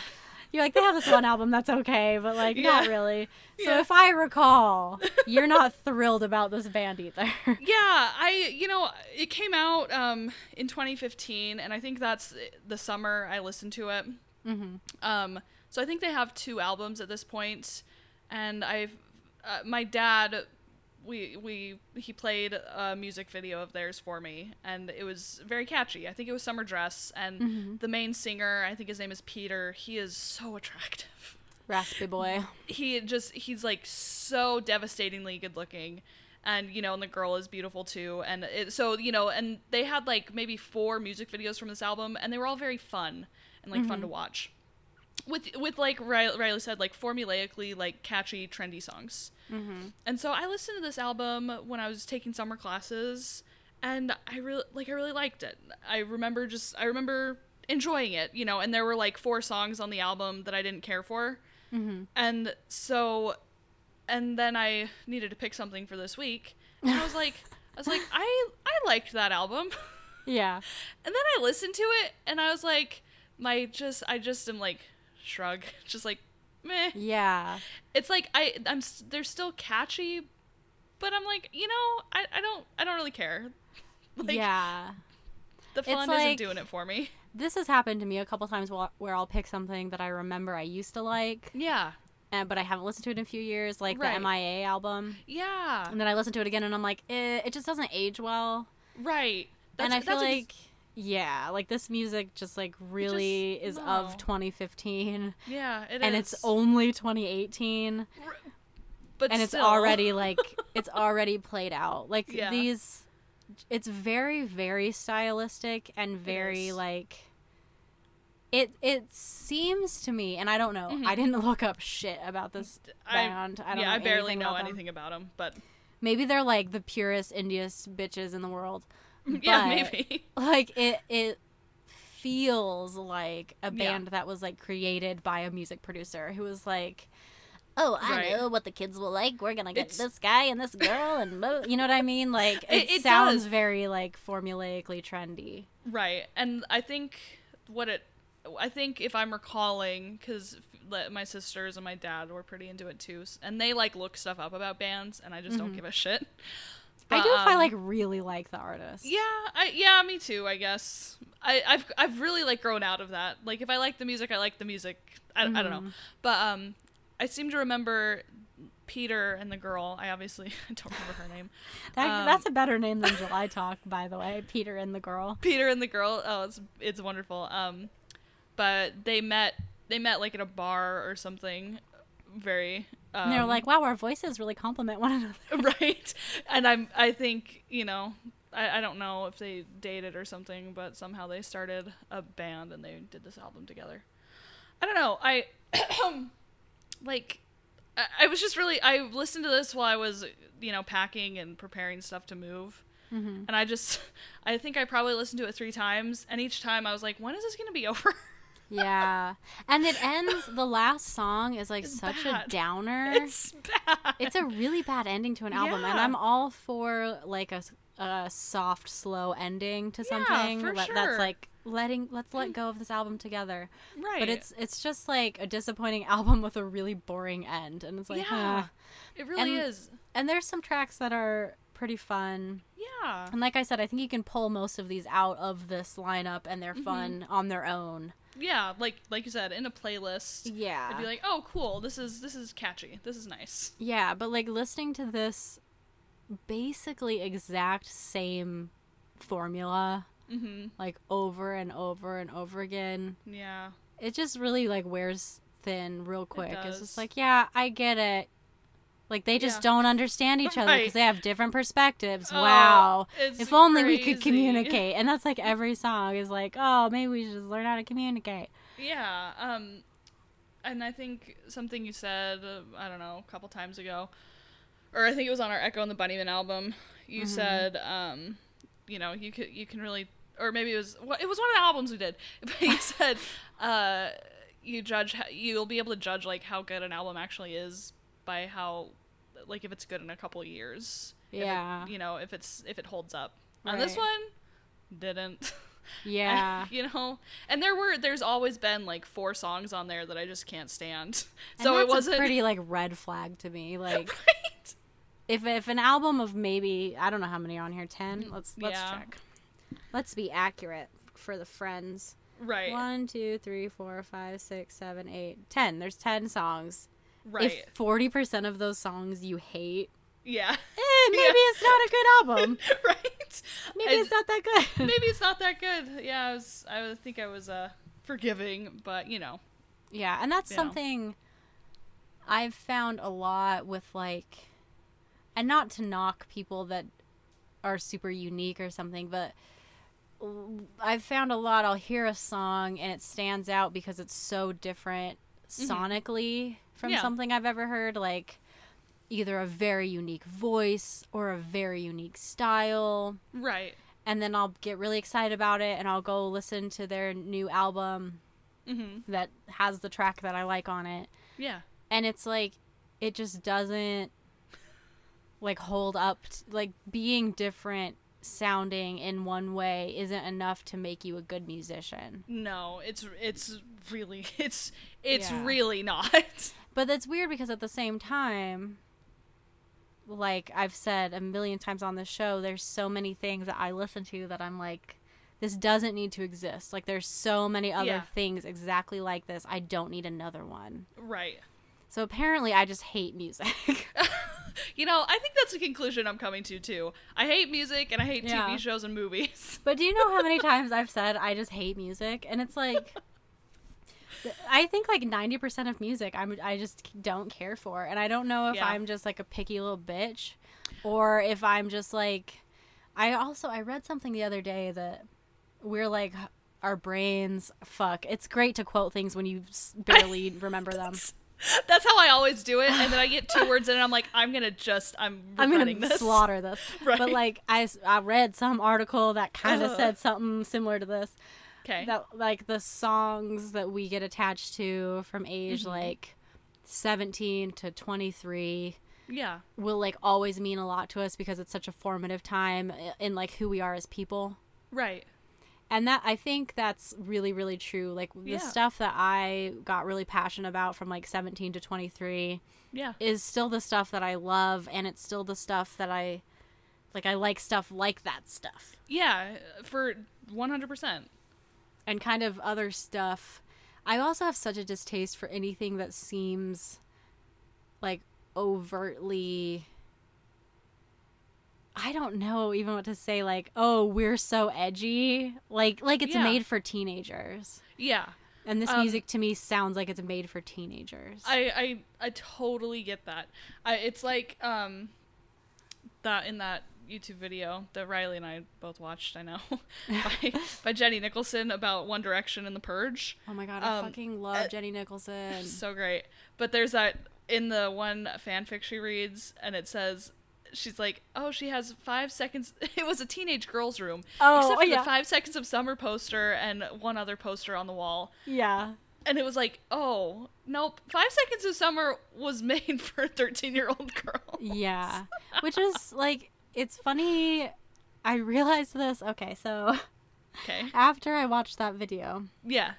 Speaker 2: You're like, they have this one album that's okay, but like, not
Speaker 1: Yeah. [laughs]
Speaker 2: really. So
Speaker 1: Yeah.
Speaker 2: if I recall,
Speaker 1: [laughs]
Speaker 2: you're not thrilled about this band either. [laughs]
Speaker 1: Yeah, I you know it came out um, in 2015, and I think that's the summer I listened to it.
Speaker 2: hmm
Speaker 1: Um, so I think they have two albums at this point, and I've uh, my dad we we he played a music video of theirs for me, and it was very catchy. I think it was Summer Dress, and
Speaker 2: Mhm.
Speaker 1: the main singer I think his name is Peter. He is so attractive.
Speaker 2: Raspy boy.
Speaker 1: He just he's like so devastatingly good looking. And you know, and the girl is beautiful too, and it, so you know, and they had like maybe four music videos from this album, and they were all very fun and like fun to watch with with like Riley, Riley said, like formulaically like catchy, trendy songs.
Speaker 2: hmm
Speaker 1: And so I listened to this album when I was taking summer classes, and I really like I really liked it. I remember just I remember enjoying it, you know. And there were like four songs on the album that I didn't care for,
Speaker 2: Mhm.
Speaker 1: and so, and then I needed to pick something for this week, and I was like, I was like, I I liked that album.
Speaker 2: [laughs]
Speaker 1: [laughs]
Speaker 2: Yeah.
Speaker 1: And then I listened to it and I was like, my just, I just am like, shrug, [laughs] just like, meh.
Speaker 2: Yeah.
Speaker 1: It's like I, I'm, s- they're still catchy, but I'm like, you know, I, I don't, I don't really care. [laughs] Like,
Speaker 2: yeah.
Speaker 1: the fun
Speaker 2: like-
Speaker 1: isn't doing it for me.
Speaker 2: This has happened to me a couple times wh- where I'll pick something that I remember I used to like,
Speaker 1: Yeah,
Speaker 2: and, but I haven't listened to it in a few years, like
Speaker 1: Right.
Speaker 2: the MIA album.
Speaker 1: yeah,
Speaker 2: and then I listen to it again, and I'm like, eh, it just doesn't age well.
Speaker 1: right.
Speaker 2: and I feel
Speaker 1: ex-
Speaker 2: like, yeah, like this music just like really
Speaker 1: just-
Speaker 2: is of
Speaker 1: no.
Speaker 2: 2015,
Speaker 1: yeah, it
Speaker 2: and
Speaker 1: is.
Speaker 2: it's only 2018,
Speaker 1: but
Speaker 2: and it's
Speaker 1: still. [laughs]
Speaker 2: already like it's already played out. Like
Speaker 1: Yeah.
Speaker 2: these it's very very stylistic and very
Speaker 1: is.
Speaker 2: like it it seems to me and I don't know.
Speaker 1: Mhm.
Speaker 2: I didn't [laughs] look up shit about this
Speaker 1: I-
Speaker 2: band. I, don't
Speaker 1: yeah,
Speaker 2: know
Speaker 1: I barely
Speaker 2: anything
Speaker 1: know
Speaker 2: about them.
Speaker 1: anything about them, but [laughs]
Speaker 2: Maybe they're like the purest indiest bitches in the world.
Speaker 1: yeah,
Speaker 2: But-
Speaker 1: maybe. [laughs]
Speaker 2: Like it it feels like a
Speaker 1: Yeah.
Speaker 2: band that was like created by a music producer who was like Oh, I
Speaker 1: Right.
Speaker 2: know what the kids will like. We're gonna get
Speaker 1: It's-
Speaker 2: this guy and this girl, and mo-. you know what I mean. Like it,
Speaker 1: [laughs] It- it
Speaker 2: sounds
Speaker 1: does.
Speaker 2: very like formulaically trendy.
Speaker 1: Right. And I think what it I think if I'm recalling cuz my sisters and my dad were pretty into it too s- and they like look stuff up about bands and I just don't give a shit.
Speaker 2: I
Speaker 1: But,
Speaker 2: do if Mm-hmm. I
Speaker 1: um,
Speaker 2: like really like the artist.
Speaker 1: Yeah, I yeah, me too, I guess. I I've I've really like grown out of that. Like if I like the music, I like the music. I, I
Speaker 2: Mm-hmm.
Speaker 1: don't know. But um I seem to remember Peter and the girl. I obviously [laughs] I don't remember her name.
Speaker 2: That,
Speaker 1: um,
Speaker 2: that's a better name than July Talk, by the way. Peter and the girl.
Speaker 1: Peter and the girl. Oh, it's it's wonderful. Um, but they met they met like at a bar or something. Very. Um,
Speaker 2: and they're like, wow, our voices really complement one another.
Speaker 1: [laughs] right. And I'm I think you know I, I don't know if they dated or something, but somehow they started a band and they did this album together. I don't know. I [clears throat] like. I- I was just really I listened to this while I was you know packing and preparing stuff to move.
Speaker 2: Mm-hmm.
Speaker 1: and I just [laughs] I think I probably listened to it three times, and each time I was like, when is this gonna be [laughs] over?
Speaker 2: Yeah. And it ends, the last song is like
Speaker 1: It's
Speaker 2: such a
Speaker 1: bad.
Speaker 2: downer. It's,
Speaker 1: it's bad.
Speaker 2: a really bad ending to an album. And
Speaker 1: Yeah.
Speaker 2: I'm all for like a, s- a soft, slow ending to
Speaker 1: Yeah,
Speaker 2: something
Speaker 1: for
Speaker 2: let-
Speaker 1: sure.
Speaker 2: that's like letting let's let go of this album together
Speaker 1: right,
Speaker 2: but it's it's just like a disappointing [laughs] album with a really boring end and it's like
Speaker 1: Yeah.
Speaker 2: huh.
Speaker 1: it really
Speaker 2: and-
Speaker 1: is.
Speaker 2: and there's some tracks that are pretty fun
Speaker 1: Yeah,
Speaker 2: And like I said, I think you can pull most of these out of this lineup and
Speaker 1: Mm-hmm.
Speaker 2: they're fun on their own.
Speaker 1: yeah. Like like you said, in a playlist,
Speaker 2: Yeah.
Speaker 1: I'd be like, oh, cool. This is this is catchy. This is nice.
Speaker 2: yeah, but like listening to this basically exact same formula
Speaker 1: Mm-hmm.
Speaker 2: like over and over and over again,
Speaker 1: Yeah,
Speaker 2: it just really like wears thin real quick. It's
Speaker 1: does.
Speaker 2: just like, yeah, I get it. Like they just
Speaker 1: Yeah.
Speaker 2: don't understand each other
Speaker 1: Right.
Speaker 2: because they have different perspectives.
Speaker 1: Oh,
Speaker 2: wow.
Speaker 1: it's
Speaker 2: If only we
Speaker 1: crazy.
Speaker 2: could communicate. And that's like every song is like, oh, maybe we should just learn how to communicate.
Speaker 1: Yeah. Um, and I think something you said, uh, I don't know, a couple times ago, or I think it was on our Echo and the Bunnyman album.
Speaker 2: Mm-hmm.
Speaker 1: You said, um, you know, you could you can really, or maybe it was well, it was one of the albums we did. [laughs] But you said, uh, you judge how, you'll be able to judge like how good an album actually is by how like if it's good in a couple years. If it-
Speaker 2: Yeah.
Speaker 1: you know if it's if it holds up. On this
Speaker 2: Right.
Speaker 1: one, didn't. [laughs]
Speaker 2: Yeah.
Speaker 1: you know and there were there's always been like four songs on there that i just can't stand
Speaker 2: And
Speaker 1: so it
Speaker 2: that's a
Speaker 1: wasn't [laughs]
Speaker 2: pretty like red flag to me. Like
Speaker 1: right
Speaker 2: if if an album of maybe I don't know how many are on here, ten. Let's let's
Speaker 1: Yeah.
Speaker 2: check. Let's be accurate for the friends.
Speaker 1: right
Speaker 2: One, two, three, four, five, six, seven, eight, ten. There's ten songs.
Speaker 1: right
Speaker 2: If forty percent of those songs you
Speaker 1: [laughs]
Speaker 2: hate,
Speaker 1: yeah
Speaker 2: eh, maybe
Speaker 1: Yeah.
Speaker 2: it's not a good
Speaker 1: [laughs]
Speaker 2: album.
Speaker 1: right
Speaker 2: Maybe
Speaker 1: And
Speaker 2: it's not that good.
Speaker 1: [laughs] maybe it's not that good yeah i was i was- think i was uh forgiving but you know
Speaker 2: Yeah, and that's
Speaker 1: You know?
Speaker 2: something I've found a lot with like and not to knock people that are super unique or something, but l- I've found a lot I'll hear a song and it stands out because it's so different sonically from
Speaker 1: Yeah.
Speaker 2: something I've ever heard like either a very unique voice or a very unique style
Speaker 1: right
Speaker 2: and then I'll get really excited about it and I'll go listen to their new album
Speaker 1: mm-hmm
Speaker 2: that has the track that I like on it.
Speaker 1: yeah
Speaker 2: And it's like, it just doesn't like hold up. t- like being different sounding in one way isn't enough to make you a good musician.
Speaker 1: no it's it's really [laughs] it's it's
Speaker 2: Yeah.
Speaker 1: really not [laughs]
Speaker 2: But that's weird because at the same time, like I've said a million times on this show, there's so many things that I listen to that I'm like, this doesn't need to exist. Like there's so many other
Speaker 1: Yeah.
Speaker 2: things exactly like this. I don't need another one.
Speaker 1: right [laughs]
Speaker 2: So apparently I just hate music. [laughs]
Speaker 1: you know i think that's the conclusion i'm coming to too i hate music and i hate
Speaker 2: Yeah.
Speaker 1: tv shows and movies
Speaker 2: But do you know how many times I've said I just hate music? And it's like, th- I think like 90% of music I'm, I just don't care for. And I don't know if
Speaker 1: Yeah.
Speaker 2: I'm just like a picky little bitch or if I'm just like, I also I read something the other day that we're like our brains fuck. It's great to quote things when you s-
Speaker 1: [laughs]
Speaker 2: barely remember them.
Speaker 1: That's how I always do it, and then I get
Speaker 2: [sighs]
Speaker 1: two words in, and I'm like, I'm gonna just, I'm,
Speaker 2: I'm gonna
Speaker 1: regretting this.
Speaker 2: slaughter this.
Speaker 1: Right.
Speaker 2: But like I, s- I read some article that kind of
Speaker 1: Ugh.
Speaker 2: said something similar to this.
Speaker 1: Okay.
Speaker 2: That like the songs that we get attached to from
Speaker 1: Mm-hmm.
Speaker 2: age like 17 to 23
Speaker 1: yeah.
Speaker 2: will like always mean a lot to us because it's such a formative time i- in like who we are as people.
Speaker 1: Right.
Speaker 2: And that I think that's really really true. Like the
Speaker 1: Yeah.
Speaker 2: stuff that I got really passionate about from like 17 to 23
Speaker 1: Yeah.
Speaker 2: is still the stuff that I love and it's still the stuff that I like I like stuff like that stuff.
Speaker 1: Yeah. For 100. percent
Speaker 2: And kind of other stuff. I also have such a distaste for anything that seems like overtly I don't know even what to say like, "Oh, we're so edgy." Like like it's
Speaker 1: Yeah.
Speaker 2: made for teenagers.
Speaker 1: Yeah.
Speaker 2: And this
Speaker 1: Um,
Speaker 2: music to me sounds like it's made for teenagers.
Speaker 1: I I I totally get that. I, it's like um that in that YouTube video that Riley and I both watched. I know [laughs] by, by Jenny Nicholson about One Direction and the Purge.
Speaker 2: oh my god, I
Speaker 1: um,
Speaker 2: fucking love
Speaker 1: uh,
Speaker 2: Jenny Nicholson.
Speaker 1: So great. But there's that in the one fanfic she reads, and it says. She's like, oh, she has five seconds. [laughs] It was a teenage girl's room,
Speaker 2: Oh,
Speaker 1: except
Speaker 2: oh,
Speaker 1: for
Speaker 2: yeah.
Speaker 1: the five seconds of summer poster and one other poster on the wall.
Speaker 2: Yeah.
Speaker 1: and it was like, oh, nope. Five Seconds of Summer was [laughs] made for a 13 year old girl. [laughs]
Speaker 2: Yeah. Which is like, it's funny. I realized this. Okay, so
Speaker 1: Okay.
Speaker 2: after I watched that video,
Speaker 1: Yeah.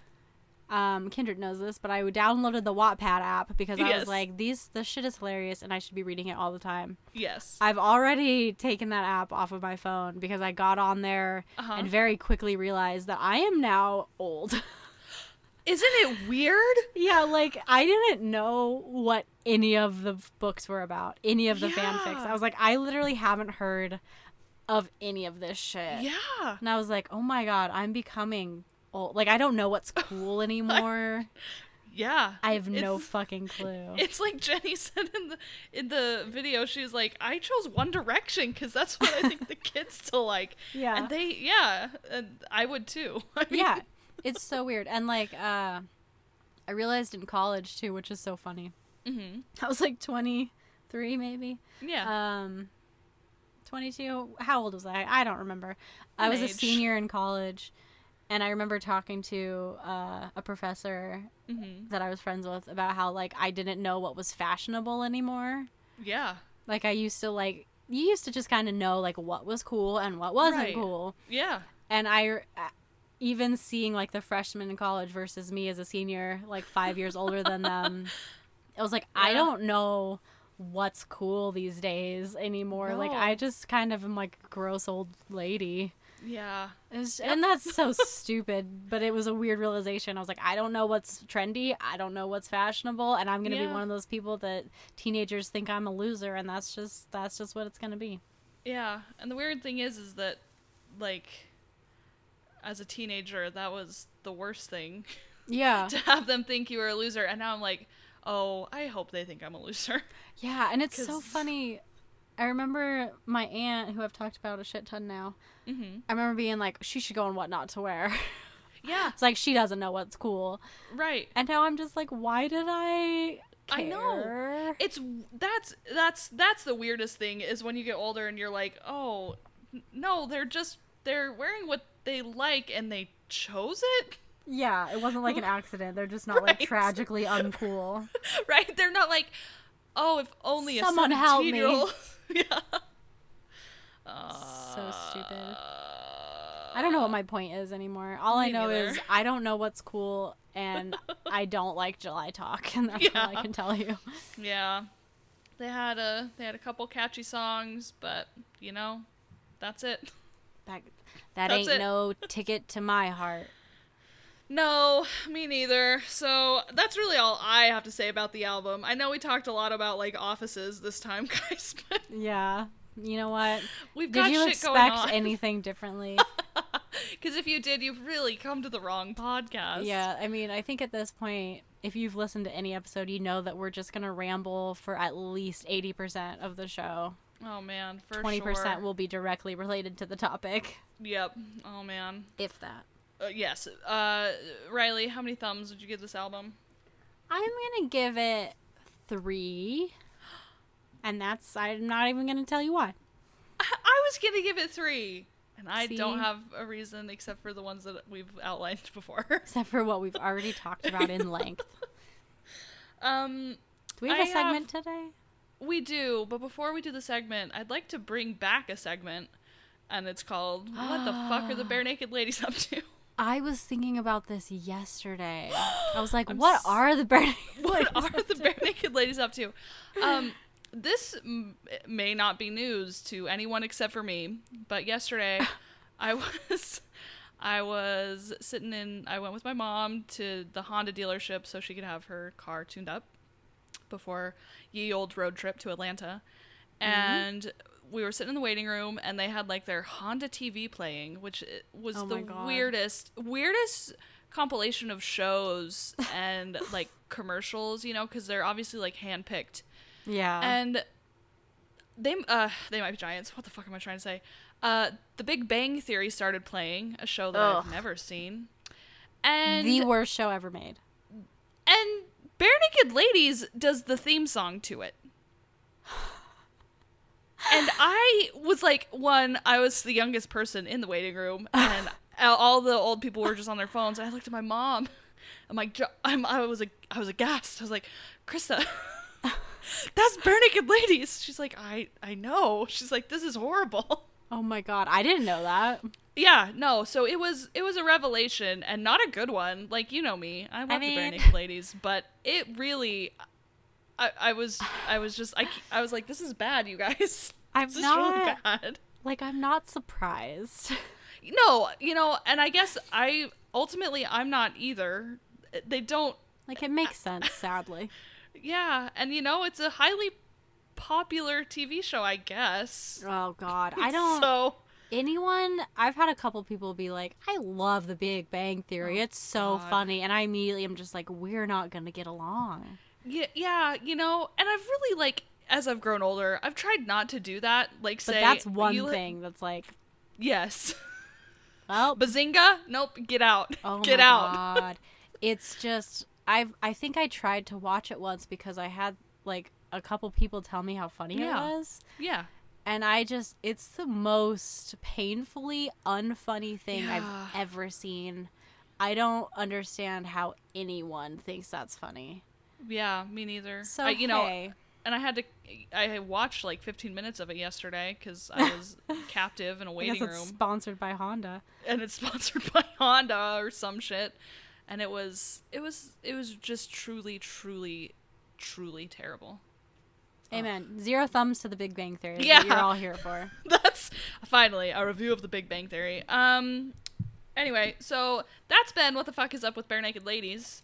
Speaker 2: um, Kindred knows this, but I downloaded the Wattpad app because I
Speaker 1: Yes.
Speaker 2: was like, these this shit is hilarious and I should be reading it all the time.
Speaker 1: Yes.
Speaker 2: I've already taken that app off of my phone because I got on there
Speaker 1: Uh-huh.
Speaker 2: and very quickly realized that I am now old. [laughs]
Speaker 1: Isn't it weird?
Speaker 2: yeah, like I didn't know what any of the f- books were about, any of the fanfics.
Speaker 1: Yeah.
Speaker 2: I was like, I literally haven't heard of any of this shit.
Speaker 1: Yeah.
Speaker 2: And I was like, oh my god, I'm becoming old. Like, I don't know
Speaker 1: [laughs]
Speaker 2: what's cool anymore.
Speaker 1: Yeah.
Speaker 2: I have no
Speaker 1: It's,
Speaker 2: fucking
Speaker 1: [laughs]
Speaker 2: clue.
Speaker 1: it's like Jenny said in the in the video. She's like, I chose One Direction because that's what I
Speaker 2: [laughs]
Speaker 1: think the kids still like.
Speaker 2: Yeah.
Speaker 1: And they, yeah, and I would too. [laughs] I mean,
Speaker 2: yeah, it's so weird. And like, uh, I realized in college too, which is so funny.
Speaker 1: mhm.
Speaker 2: I was like 23, maybe.
Speaker 1: Yeah.
Speaker 2: Um, 22. How old was I? I don't remember. I was a
Speaker 1: age.
Speaker 2: senior in college, and I remember talking to uh, a professor
Speaker 1: mhm.
Speaker 2: that I was friends with about how like I didn't know what was fashionable anymore.
Speaker 1: Yeah.
Speaker 2: Like I used to like you used to just kind of know like what was cool and what wasn't
Speaker 1: Right.
Speaker 2: cool.
Speaker 1: Yeah.
Speaker 2: And I uh, even seeing like the freshman in college versus me as a senior, like five years older than them, I was like, I
Speaker 1: Yeah.
Speaker 2: don't know what's cool these days anymore. Like
Speaker 1: No.
Speaker 2: I just kind of am like a gross old lady.
Speaker 1: Yeah.
Speaker 2: It was- And that's so stupid, but it was a weird realization. I was like, I don't know what's trendy. I don't know what's fashionable, and I'm gonna be
Speaker 1: Yeah.
Speaker 2: one of those people that teenagers think I'm a loser, and that's just that's just what it's gonna be.
Speaker 1: Yeah, and the weird thing is, is that, like, as a teenager, that was the worst thing [laughs]
Speaker 2: Yeah,
Speaker 1: to have them think you were a loser, and now I'm like, oh, I hope they think I'm a loser. [laughs]
Speaker 2: yeah, and it's so
Speaker 1: 'Cause-
Speaker 2: funny. I remember my aunt, who I've talked about a shit ton now.
Speaker 1: hmm
Speaker 2: I remember being like, she should go on what not to wear. [laughs]
Speaker 1: Yeah,
Speaker 2: it's like she doesn't know what's cool,
Speaker 1: right.
Speaker 2: and now I'm just like, why did I? Care?
Speaker 1: I know. It's that's that's that's the weirdest thing is when you get older and you're like, oh, n- no, they're just they're wearing what they like and they chose it, [laughs]
Speaker 2: Yeah, it wasn't [laughs] like an accident. They're just not like
Speaker 1: Right.
Speaker 2: tragically uncool.
Speaker 1: right? They're not like, oh, if only a
Speaker 2: Someone help me.
Speaker 1: 17-year-old [laughs] yeah. Uh,
Speaker 2: so stupid. I don't know what my point is anymore. All I
Speaker 1: Me
Speaker 2: know
Speaker 1: neither.
Speaker 2: is I don't know what's cool [laughs] and I don't like July Talk and that's all I
Speaker 1: Yeah.
Speaker 2: can tell you.
Speaker 1: Yeah, they had a they had a couple catchy songs, but you know, that's it.
Speaker 2: That, that
Speaker 1: That's
Speaker 2: ain't
Speaker 1: it.
Speaker 2: no ticket to my heart.
Speaker 1: No, me neither. So that's really all I have to say about the album. I know we talked a lot about like offices this time, [laughs] guys, but
Speaker 2: Yeah. You know what?
Speaker 1: we've got
Speaker 2: Did you
Speaker 1: shit going
Speaker 2: expect
Speaker 1: on.
Speaker 2: anything [laughs] differently?
Speaker 1: Because if you did, you've really come to the wrong podcast.
Speaker 2: yeah, I mean, I think at this point, if you've listened to any episode, you know that we're just going to ramble for at least 80% of the show.
Speaker 1: Oh man, for
Speaker 2: 20%
Speaker 1: sure.
Speaker 2: will be directly related to the topic,
Speaker 1: Yep. Oh man.
Speaker 2: if that.
Speaker 1: Uh, yes. Uh, Riley, how many thumbs would you give this album?
Speaker 2: I'm going to give it three. And that's, I'm not even going to tell you why.
Speaker 1: I, I was gonna give it three, and I don't
Speaker 2: See?
Speaker 1: have a reason except for the ones that we've outlined [laughs] before.
Speaker 2: Except for what we've already talked about [laughs] in length.
Speaker 1: um,
Speaker 2: Do we have a
Speaker 1: I have-
Speaker 2: segment today?
Speaker 1: we do, but before we do the segment, I'd like to bring back a segment, and it's called "What the fuck are the bare naked ladies up to?" [laughs]
Speaker 2: I was thinking about this [gasps] yesterday. I was like,
Speaker 1: I'm
Speaker 2: what
Speaker 1: s-
Speaker 2: are the [laughs] Bernie?
Speaker 1: what are the bare naked ladies up to? Um, this m- may not be news to anyone except for me, but yesterday I was I was sitting in. I went with my mom to the Honda dealership so she could have her car tuned up before ye old road trip to Atlanta,
Speaker 2: Mm-hmm.
Speaker 1: and. We were sitting in the waiting room, and they had like their Honda TV playing, which i- was
Speaker 2: Oh
Speaker 1: the
Speaker 2: my God.
Speaker 1: weirdest, weirdest compilation of shows and [laughs] like commercials, you know, because they're obviously like handpicked.
Speaker 2: Yeah.
Speaker 1: And they uh they might be giants. What the fuck am I trying to say? Uh, The Big Bang Theory started playing a show that
Speaker 2: Ugh.
Speaker 1: I've never seen, and
Speaker 2: the worst show ever made.
Speaker 1: and Bare Naked Ladies does the theme song to it. And I was like, one, I was the youngest person in the waiting room, and all the old people were just on their phones. And I looked at my mom. I'm like, "Jo- I'm, I was a, I was aghast. I was like, Krista, [laughs] that's Bare Naked Ladies. She's like, I, I know. She's like, this is horrible. [laughs]
Speaker 2: Oh my god, I didn't know that.
Speaker 1: Yeah, no. So it was it was a revelation and not a good one. Like you know me, I love the Bare
Speaker 2: mean-
Speaker 1: Naked Ladies, but it really, I, I was I was just I, I was like this is bad, you guys. [laughs]
Speaker 2: I'm
Speaker 1: This is really
Speaker 2: not
Speaker 1: bad.
Speaker 2: like I'm not surprised. [laughs]
Speaker 1: No, you know, and I guess I ultimately I'm not either. They don't.
Speaker 2: Like it makes sense, sadly.
Speaker 1: Yeah, and you know it's a highly popular TV show, I guess.
Speaker 2: Oh god,
Speaker 1: [laughs]
Speaker 2: I don't
Speaker 1: So
Speaker 2: anyone I've had a couple people be like, "I love the Big Bang Theory.
Speaker 1: Oh,
Speaker 2: it's so
Speaker 1: God.
Speaker 2: funny." And I immediately am just like, "We're not going to get along."
Speaker 1: yeah, yeah, you know, and I've really like. As I've grown older, I've tried not to do that. Like,
Speaker 2: But
Speaker 1: say
Speaker 2: that's one
Speaker 1: you-
Speaker 2: thing that's like,
Speaker 1: Yes. [laughs]
Speaker 2: "Well,
Speaker 1: Bazinga? Nope. Get out. [laughs]
Speaker 2: Oh
Speaker 1: get
Speaker 2: my
Speaker 1: out.
Speaker 2: god. It's just I've I think I tried to watch it once because I had like a couple people tell me how funny
Speaker 1: Yeah.
Speaker 2: it was.
Speaker 1: Yeah.
Speaker 2: And I just it's the most painfully unfunny thing
Speaker 1: Yeah.
Speaker 2: I've ever seen. I don't understand how anyone thinks that's funny.
Speaker 1: Yeah. Me neither.
Speaker 2: So
Speaker 1: I, Uh, you know,
Speaker 2: hey,
Speaker 1: and I had to. I had watched like 15 minutes of it yesterday because I
Speaker 2: [laughs]
Speaker 1: was captive in a
Speaker 2: I guess
Speaker 1: waiting
Speaker 2: it's
Speaker 1: room,
Speaker 2: sponsored by Honda.
Speaker 1: and it's [laughs] sponsored by Honda or some shit. And it was, it was, it was just truly, truly, truly terrible.
Speaker 2: Amen. Zero thumbs to the Big Bang Theory. is what
Speaker 1: Yeah.
Speaker 2: you're all here for.
Speaker 1: [laughs] that's finally a review of the Big Bang Theory. Um, anyway, so that's been what the fuck is up with bare naked
Speaker 2: [laughs]
Speaker 1: ladies,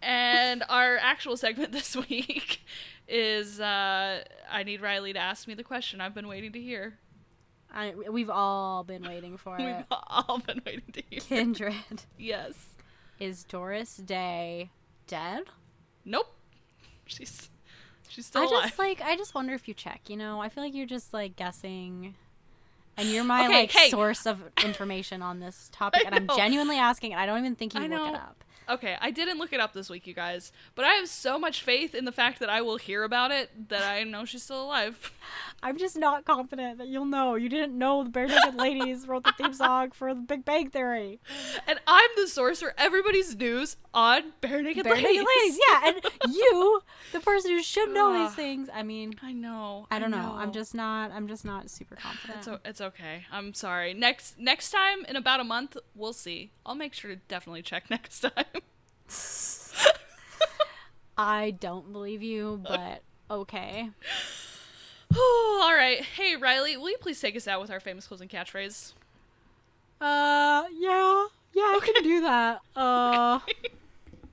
Speaker 1: and our actual segment [laughs] this week is uh, I need Riley to ask me the question I've been waiting to
Speaker 2: [laughs]
Speaker 1: hear.
Speaker 2: I, we've all been waiting for
Speaker 1: [laughs] We've
Speaker 2: [laughs] it.
Speaker 1: all been waiting to
Speaker 2: [laughs]
Speaker 1: hear.
Speaker 2: Kindred.
Speaker 1: Yes.
Speaker 2: Is Doris Day dead?
Speaker 1: Nope. She's she's still
Speaker 2: I
Speaker 1: alive.
Speaker 2: just like I just wonder if you check. You know, I feel like you're just like guessing, and you're my
Speaker 1: Okay,
Speaker 2: like
Speaker 1: hey.
Speaker 2: source of information on [laughs] this topic,
Speaker 1: I
Speaker 2: and I'm
Speaker 1: know.
Speaker 2: genuinely asking, and I don't even think you
Speaker 1: I
Speaker 2: look it
Speaker 1: know.
Speaker 2: up.
Speaker 1: Okay, I didn't look it up this week, you guys, but I have so much faith in the fact that I will hear about it that I know she's still alive. [laughs]
Speaker 2: I'm just not confident that you'll know. You didn't know the Bare Naked [laughs] Ladies wrote the theme song for The Big Bang Theory.
Speaker 1: And I'm the source for everybody's news on Bare Naked
Speaker 2: Bare
Speaker 1: Ladies.
Speaker 2: Naked Ladies, yeah, and you, the person who should know
Speaker 1: Ugh.
Speaker 2: these things. I mean,
Speaker 1: I know.
Speaker 2: I don't know. I'm just not. I'm just not super confident. [sighs]
Speaker 1: It's, o- it's okay. I'm sorry. Next next time in about a month, we'll see. I'll make sure to definitely check [laughs] next time. [sighs]
Speaker 2: I don't believe you, but okay.
Speaker 1: All right. Hey Riley, will you please take us out with our famous closing catchphrase? [laughs]
Speaker 2: Uh, yeah, yeah, I can do that. Uh,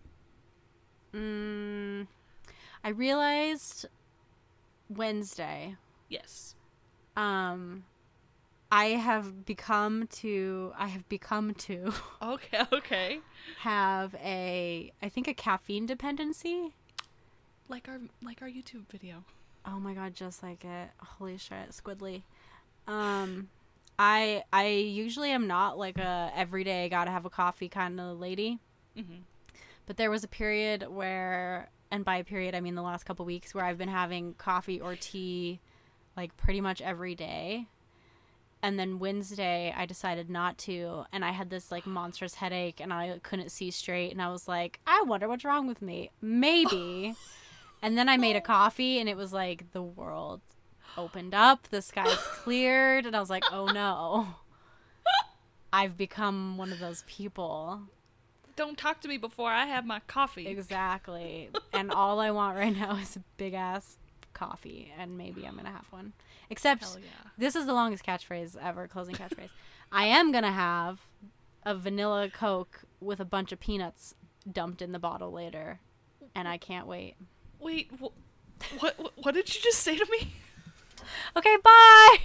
Speaker 2: [laughs] mm, I realized Wednesday.
Speaker 1: Yes.
Speaker 2: Um, I have become to. I have become to [laughs]
Speaker 1: Okay. Okay.
Speaker 2: have a. I think a caffeine dependency.
Speaker 1: Like our like our YouTube video.
Speaker 2: Oh my god, just like it. Holy shit, Squidly. Um I I usually am not like a everyday got to have a coffee kind of lady.
Speaker 1: Mhm.
Speaker 2: But there was a period where and by period I mean the last couple weeks where I've been having coffee or tea like pretty much every day. And then Wednesday I decided not to and I had this like monstrous headache and I couldn't see straight and I was like, I wonder what's wrong with me. Maybe And then I
Speaker 1: Oh.
Speaker 2: made a coffee and it was like the world opened up,
Speaker 1: [laughs]
Speaker 2: the skies cleared, and I was like, oh no. I've become one of those people.
Speaker 1: Don't talk to me before I have my coffee.
Speaker 2: Exactly. And all I want right now is a big ass coffee, and maybe I'm going to have one. Except
Speaker 1: Hell yeah.
Speaker 2: this is the longest catchphrase ever, closing catchphrase. I am going to have a vanilla Coke with a bunch of peanuts dumped in the bottle later, and I can't wait.
Speaker 1: Wait, wh- what? What did you just say to me? [laughs]
Speaker 2: Okay, bye!